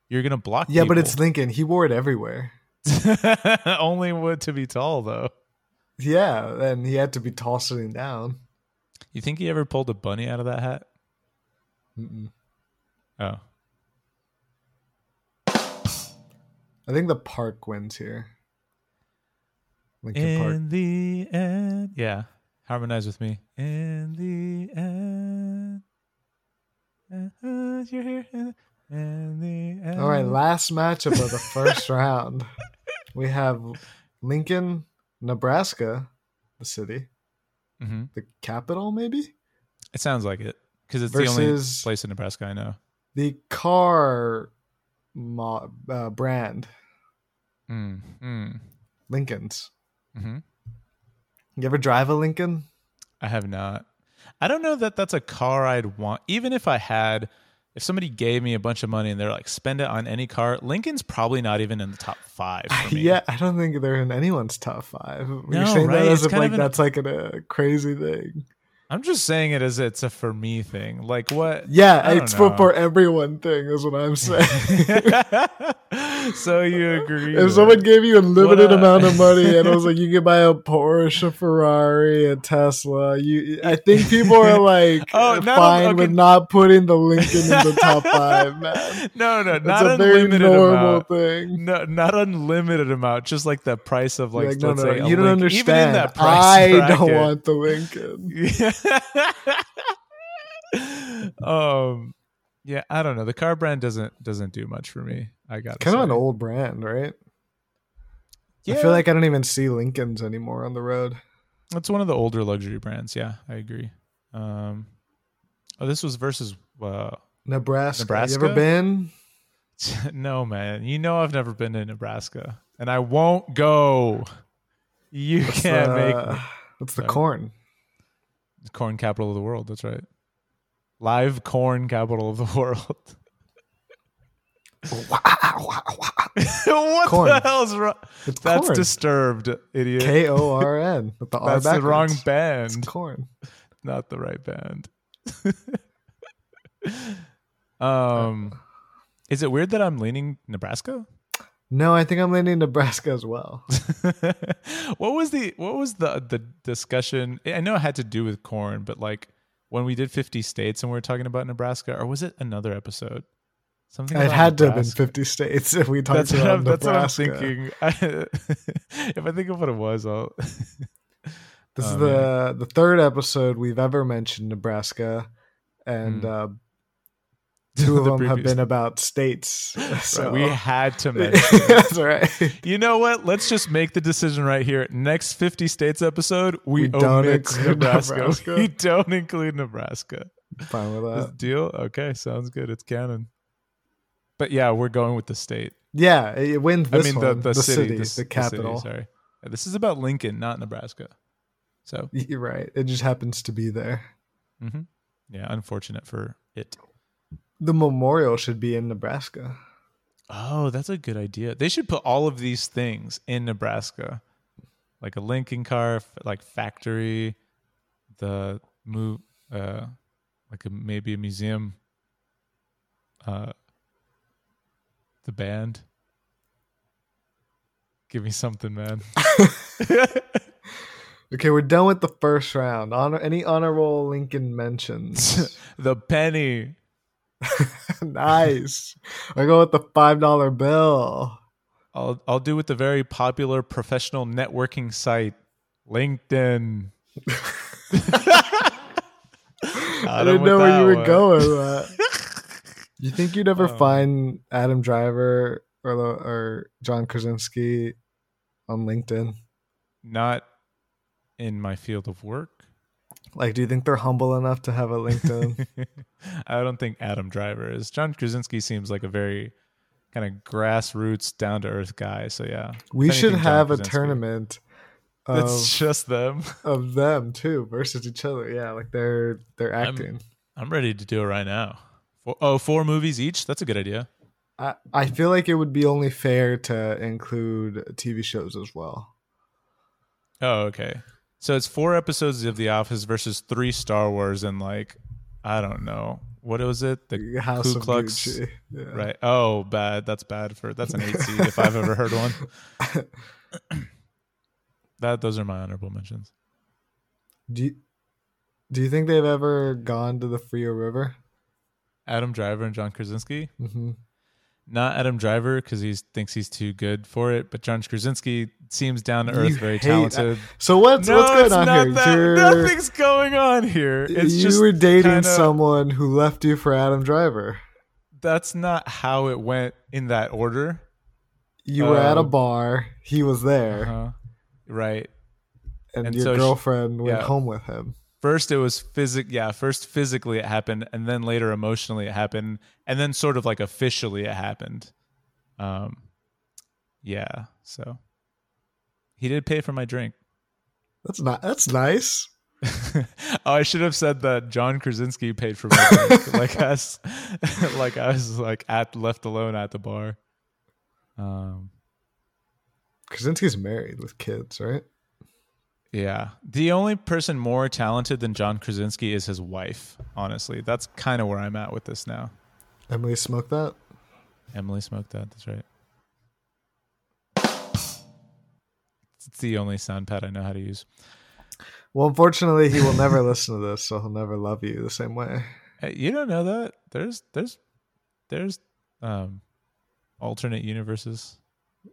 You're gonna block. Yeah, but it's people. Lincoln. He wore it everywhere. only wood to be tall though. Yeah, and he had to be tall sitting down. You think he ever pulled a bunny out of that hat? Mm-mm. Oh, I think the park wins here. Lincoln in Park. the end, yeah. Harmonize with me. In the end, Uh, you're here. In the- in the end. All right, last matchup of the first round. We have Lincoln, Nebraska, the city, Mhm. the capital, maybe? It sounds like it because it's the only Versus place in Nebraska I know. the car mo- uh, brand, Mm, mm, Lincoln's. hmm You ever drive a Lincoln? I have not. I don't know that that's a car I'd want. Even if I had, if somebody gave me a bunch of money and they're like, spend it on any car, Lincoln's probably not even in the top five. For me. yeah, I don't think they're in anyone's top five. You're No, saying right? that as It's if kind like of an- that's like a crazy thing. I'm just saying it as it's a for me thing. Like what? I Yeah, don't it's know. for, for everyone thing is what I'm saying. so you agree? if with- someone gave you a limited a- amount of money and I was like, you can buy a Porsche, a Ferrari, a Tesla, you, I think people are like uh, Oh, not a- fine okay. with not putting the Lincoln in the top five, man. no, no, It's not a very unlimited normal amount. thing. No, not unlimited amount. Just like the price of like, Like, no, let's no, say no, a you don't link. Even in understand. that price I don't bracket. want the Lincoln. um, yeah, I don't know. The car brand doesn't doesn't do much for me. I got Kind of an old brand, right? Yeah, I feel like I don't even see Lincolns anymore on the road. it's one of the older luxury brands. Yeah, I agree. Um, oh, this was versus. Uh, Nebraska. You Nebraska? ever been? no, man. You know I've never been to Nebraska, and I won't go. You can't make Uh, me. What's the Sorry. corn? corn capital of the world. That's right. Live corn capital of the world. what Corn. the hell's wrong? It's That's corn. disturbed, idiot. K O R N. with the R That's the wrong backwards. It's band, corn. not the right band. um, is it weird that I'm leaning Nebraska? No, I think I'm leaning Nebraska as well. what was the what was the the discussion? I know it had to do with corn, but like when we did 50 states and we were talking about Nebraska, or was it another episode? Something It about had to have been Nebraska. 50 states if we talked That's what, about I'm, that's what I'm Nebraska. thinking. if I think of what it was, I'll. This Oh, is the the third episode we've ever mentioned Nebraska, and Mm. uh, two of The them have previous- been about states. So Right, we had to mention. that's right. You know what? Let's just make the decision right here. Next 50 states episode, we, We don't omit include Nebraska. Nebraska. Uh, We don't include Nebraska. Fine with This that. deal? Okay, sounds good. It's canon. But yeah, we're going with the state. Yeah, it wins this I mean, one. the, the, city, the, the city, capital. sorry. This is about Lincoln, not Nebraska. So, You're right. It just happens to be there. mhm. yeah, unfortunate for it. The memorial should be in Nebraska. Oh, that's a good idea. They should put all of these things in Nebraska, like a Lincoln car, f- like factory, the move, uh, like a, maybe a museum, uh, the band. Give me something, man. Okay, we're done with the first round. Honor any honorable Lincoln mentions. the penny. nice. I go with the five dollar bill. I'll I'll do with the very popular professional networking site, LinkedIn. I didn't know where you were going. With you think you'd ever Um, find Adam Driver or the- or John Krasinski on LinkedIn? Not in my field of work. Like, do you think they're humble enough to have a LinkedIn? I don't think Adam Driver is. John Krasinski seems like a very kind of grassroots, down to earth guy. So yeah, we If should anything, John have a Krasinski. tournament. Of, It's just them. of them too versus each other. Yeah, like they're they're I'm- acting. I'm ready to do it right now. Four, oh, four movies each. That's a good idea. I, I feel like it would be only fair to include TV shows as well. Oh, okay. So it's four episodes of The Office versus three Star Wars and like I don't know what was it the House Ku of Klux Gucci. Yeah. right? Oh, bad. That's bad for that's an eight seed if I've ever heard one. that those are my honorable mentions. Do you, do you think they've ever gone to the Frio River? Adam Driver and John Krasinski. hmm Not Adam Driver because he thinks he's too good for it, but John Krasinski seems down to You earth, very hate- talented. So what's what's going it's on not here? that. You're- Nothing's going on here. It's you just were dating kinda- someone who left you for Adam Driver. That's not how it went in that order. You were at a Oh. bar. He was there, Uh-huh. Right. and, and your so she- girlfriend went yeah. home with him. First it was physic yeah, first physically it happened and then later emotionally it happened and then sort of like officially it happened. Um yeah, so he did pay for my drink. That's not. That's nice. oh, I should have said that John Krasinski paid for my drink. like us, like I was like at left alone at the bar. Um, Krasinski's married with kids, right? yeah, the only person more talented than John Krasinski is his wife. Honestly, that's kind of where I'm at with this now. Emily smoked that. Emily smoked that. That's right. It's the only sound pad I know how to use. Well, unfortunately, he will never listen to this, so he'll never love you the same way. Hey, You don't know that there's there's there's um alternate universes.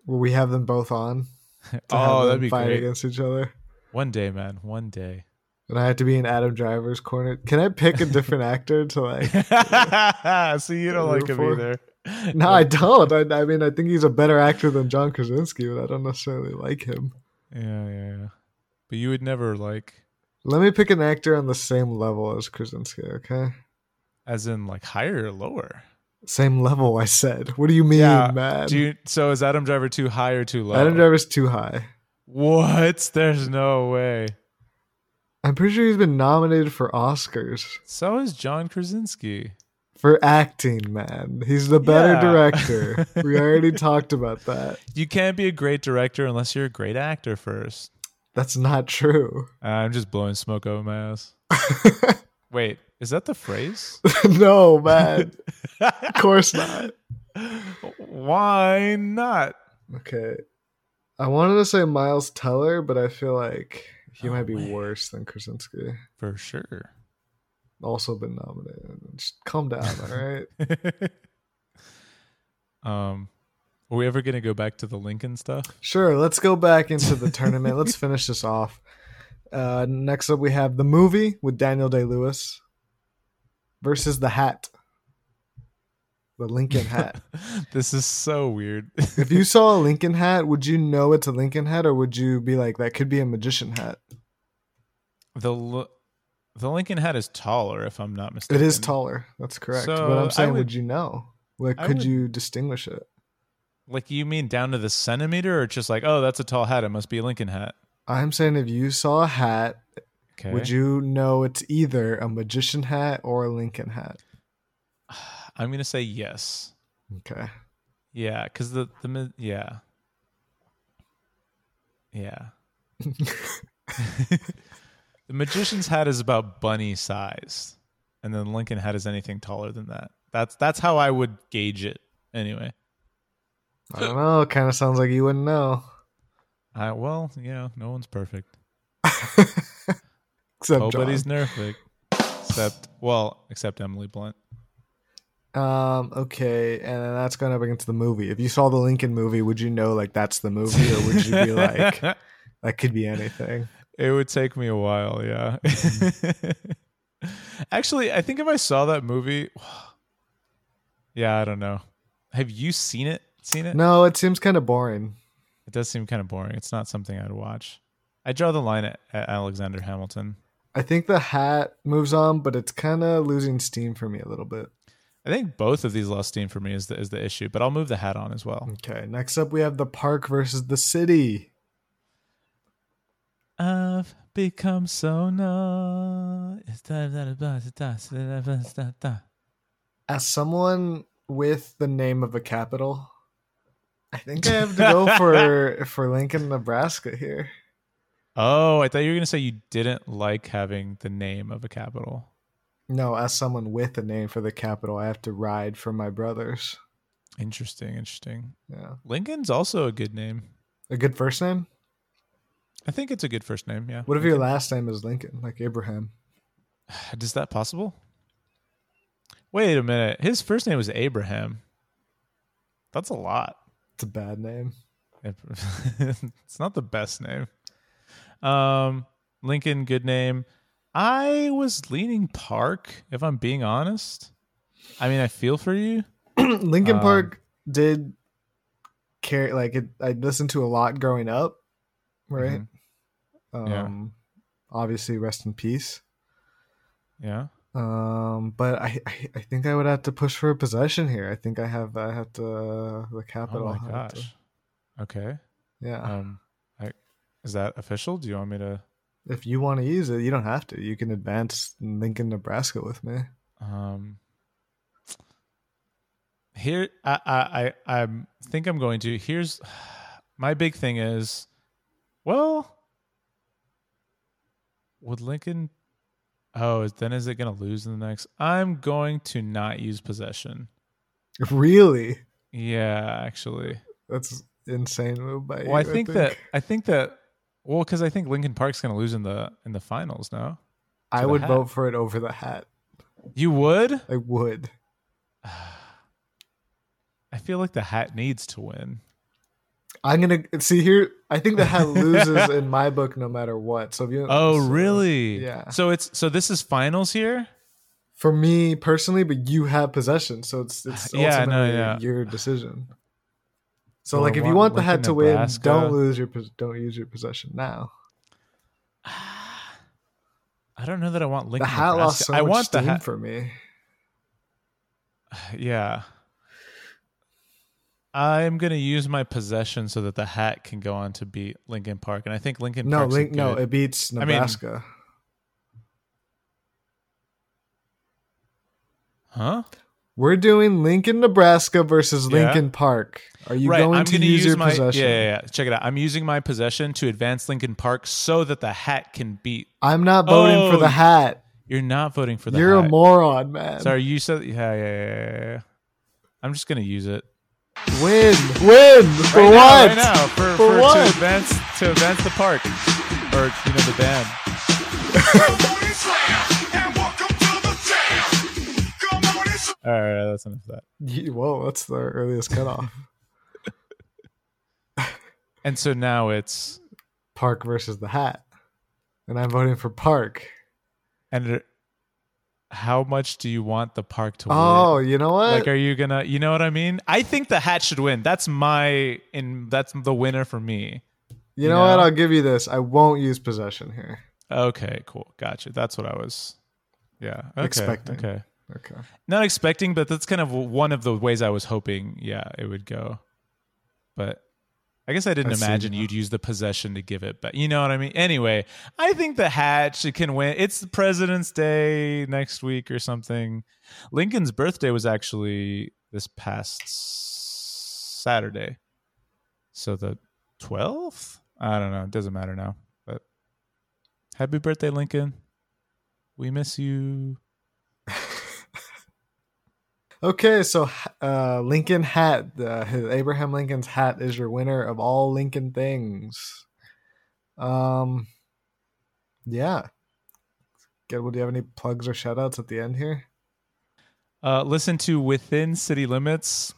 Will we have them both on? to have Oh, that'd them be fight great. against each other. One day, man. One day. And I have to be in Adam Driver's corner. Can I pick a different actor to like? so you don't like Root him for? either. No, I don't. I, I mean, I think he's a better actor than John Krasinski, but I don't necessarily like him. Yeah, yeah, yeah. But you would never like, Let me pick an actor on the same level as Krasinski, okay? as in like higher or lower. Same level, I said. What do you mean, Yeah, man? Do you? So is Adam Driver too high or too low? Adam Driver's too high. What? There's no way. I'm pretty sure he's been nominated for Oscars So is John Krasinski. for acting, man. He's the better Yeah. director. we already talked about that. You can't be a great director unless you're a great actor first. That's not true. Uh, I'm just blowing smoke over my ass. Wait, is that the phrase? no, man. Of course not. Why not? Okay. I wanted to say Miles Teller, but I feel like he No might be way. worse than Krasinski. For sure. Also been nominated. Just calm down, all right? um, are we ever gonna go back to the Lincoln stuff? Sure, let's go back into the tournament. let's finish this off. Uh, next up, we have the movie with Daniel Day Lewis versus the hat, the Lincoln hat. this is so weird. If you saw a Lincoln hat, would you know it's a Lincoln hat, or would you be like, that could be a magician hat? the L- the Lincoln hat is taller, if I'm not It mistaken. is taller. That's correct. So, but I I'm saying, would, would- you know? Like, I could would- you distinguish it? Like you mean down to the centimeter, or just like, oh, that's a tall hat. It must be a Lincoln hat. I'm saying, if you saw a hat, Okay. would you know it's either a magician hat or a Lincoln hat? I'm gonna say yes. Okay. Yeah, because the the mi- yeah, yeah. the magician's hat is about bunny size, and then Lincoln hat is anything taller than that. That's that's how I would gauge it. Anyway, I don't know. Kind of sounds like you wouldn't know. I well, yeah, no one's perfect. Except Nobody's John. perfect, except well, except Emily Blunt. Um, okay, and then that's going up against the movie. If you saw the Lincoln movie, would you know like that's the movie, or would you be like that could be anything? It would take me a while, yeah. Actually, I think if I saw that movie, yeah, I don't know. Have you seen it? Seen it? No, it seems kind of boring. It does seem kind of boring. It's not something I'd watch. I draw the line at, at Alexander Hamilton. I think the hat moves on, but it's kind of losing steam for me a little bit. I think both of these lost steam for me is the is the issue, but I'll move the hat on as well. Okay, next up we have the park versus the city. I've become so numb. It's time that it was, it does, it was, da, da. As someone with the name of a capital, I think I have to go for for Lincoln, Nebraska here. Oh, I thought you were gonna say you didn't like having the name of a capital. No, as someone with a name for the capital, I have to ride for my brothers. Interesting, interesting. Yeah, Lincoln's also a good name. a good first name. I think it's a good first name. Yeah. What if your last name is Lincoln, like Abraham? Is that possible? Wait a minute. His first name was Abraham. That's a lot. It's a bad name. it's not the best name. Um, Lincoln, good name. I was leaning Park, if I'm being honest. I mean, I feel for you. Lincoln Um, Park did carry like it, I listened to a lot growing up, right? Mm-hmm. Yeah. Um, obviously, rest in peace. Yeah. Um, but I, I I think I would have to push for a possession here. I think I have I have to uh, the Oh capital. my I have to- gosh. Okay. yeah. Um, I, is that official? Do you want me to? if you want to use it, you don't have to. You can advance Lincoln, Nebraska with me. Um, here, I, I, I, I think I'm going to. Here's my big thing is, well, would Lincoln? Oh, is- then is it going to lose in the next? I'm going to not use possession. Really, Yeah, actually. that's insane move by you. Well, I think that I think that well, because I think Lincoln Park's going to lose in the in the finals. No, I the would hat. vote for it over the hat. you would. I would. I feel like the hat needs to win. I'm gonna see here. I think the hat loses in my book no matter what. So if you Oh, so- really? uh, yeah. So it's so this is finals here. for me personally, but you have possession, so it's it's Yeah, no, ultimately yeah. your decision. So Do I like, if you want want the hat Lincoln, to win, Nebraska? don't lose your pos- don't use your possession now. I don't know that I want Lincoln. The hat Nebraska. lost so I much want the steam hat. for me. yeah. I'm gonna use my possession so that the hat can go on to beat Lincoln Park, and I think Lincoln No, Park's a Link, no, good- it beats mean- Nebraska. huh? We're doing Lincoln, Nebraska versus Yeah. Lincoln Park. Are you right. going I'm to gonna use, your my possession? Yeah, yeah, yeah. Check it out. I'm using my possession to advance Lincoln Park so that the hat can beat. I'm not voting for Oh, the hat. You're not voting for the. You're hat. a moron, man. Sorry, you said yeah, yeah, yeah, yeah, yeah. I'm just gonna use it. Win, win for right what? Now, right now, for, For for, what? to advance to advance the park, or you know the band. All right, all right, that's enough of that. Ye- Whoa, that's the earliest cutoff. And so now it's Park versus the hat. And I'm voting for Park. and it- how much do you want the park to Oh, win? you know what? Like, are you gonna? You know what I mean? I think the hat should win. That's my in. That's the winner for me. you you know what? know? I'll give you this. I won't use possession here. Okay, cool, gotcha. That's what I was. Yeah, okay, Expecting. Okay, Okay. not expecting, but that's kind of one of the ways I was hoping. Yeah, it would go, but I guess I didn't I see imagine now. you'd use the possession to give it. But you know what I mean. Anyway, I think the hat should- can win. It's the President's Day next week or something. Lincoln's birthday was actually this past Saturday. So the 12th? I don't know. It doesn't matter now. But happy birthday, Lincoln. We miss you. Okay, so uh, Lincoln hat, uh, Abraham Lincoln's hat is your winner of all Lincoln things. Um, yeah. Good. Do you have any plugs or shoutouts at the end here? Uh, listen to Within City Limits.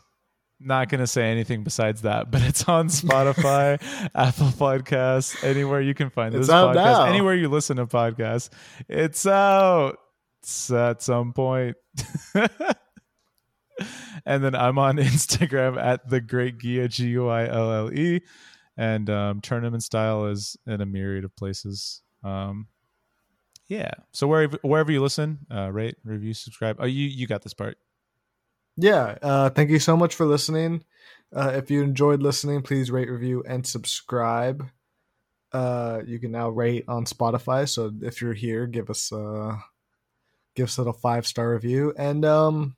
Not going to say anything besides that, but it's on Spotify, Apple Podcasts, anywhere you can find this podcast, now. anywhere you listen to podcasts. It's out. It's at some point. and then I'm on Instagram at the Great Gia G U I L L E, and um, Tournament Style is in a myriad of places. Um, yeah, so wherever wherever you listen, uh, rate, review, subscribe. Oh, you you got this part. Yeah, uh, thank you so much for listening. Uh, if you enjoyed listening, please rate, review, and subscribe. Uh, you can now rate on Spotify. So if you're here, give us a give us a five star review. And um,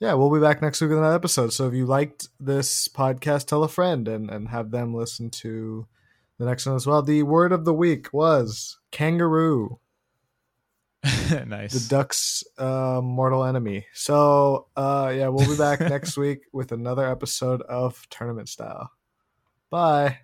yeah, we'll be back next week with another episode. So if you liked this podcast, tell a friend and, and have them listen to the next one as well. The word of the week was kangaroo. nice. The duck's uh, mortal enemy. So uh, yeah, we'll be back next week with another episode of Tournament Style. Bye.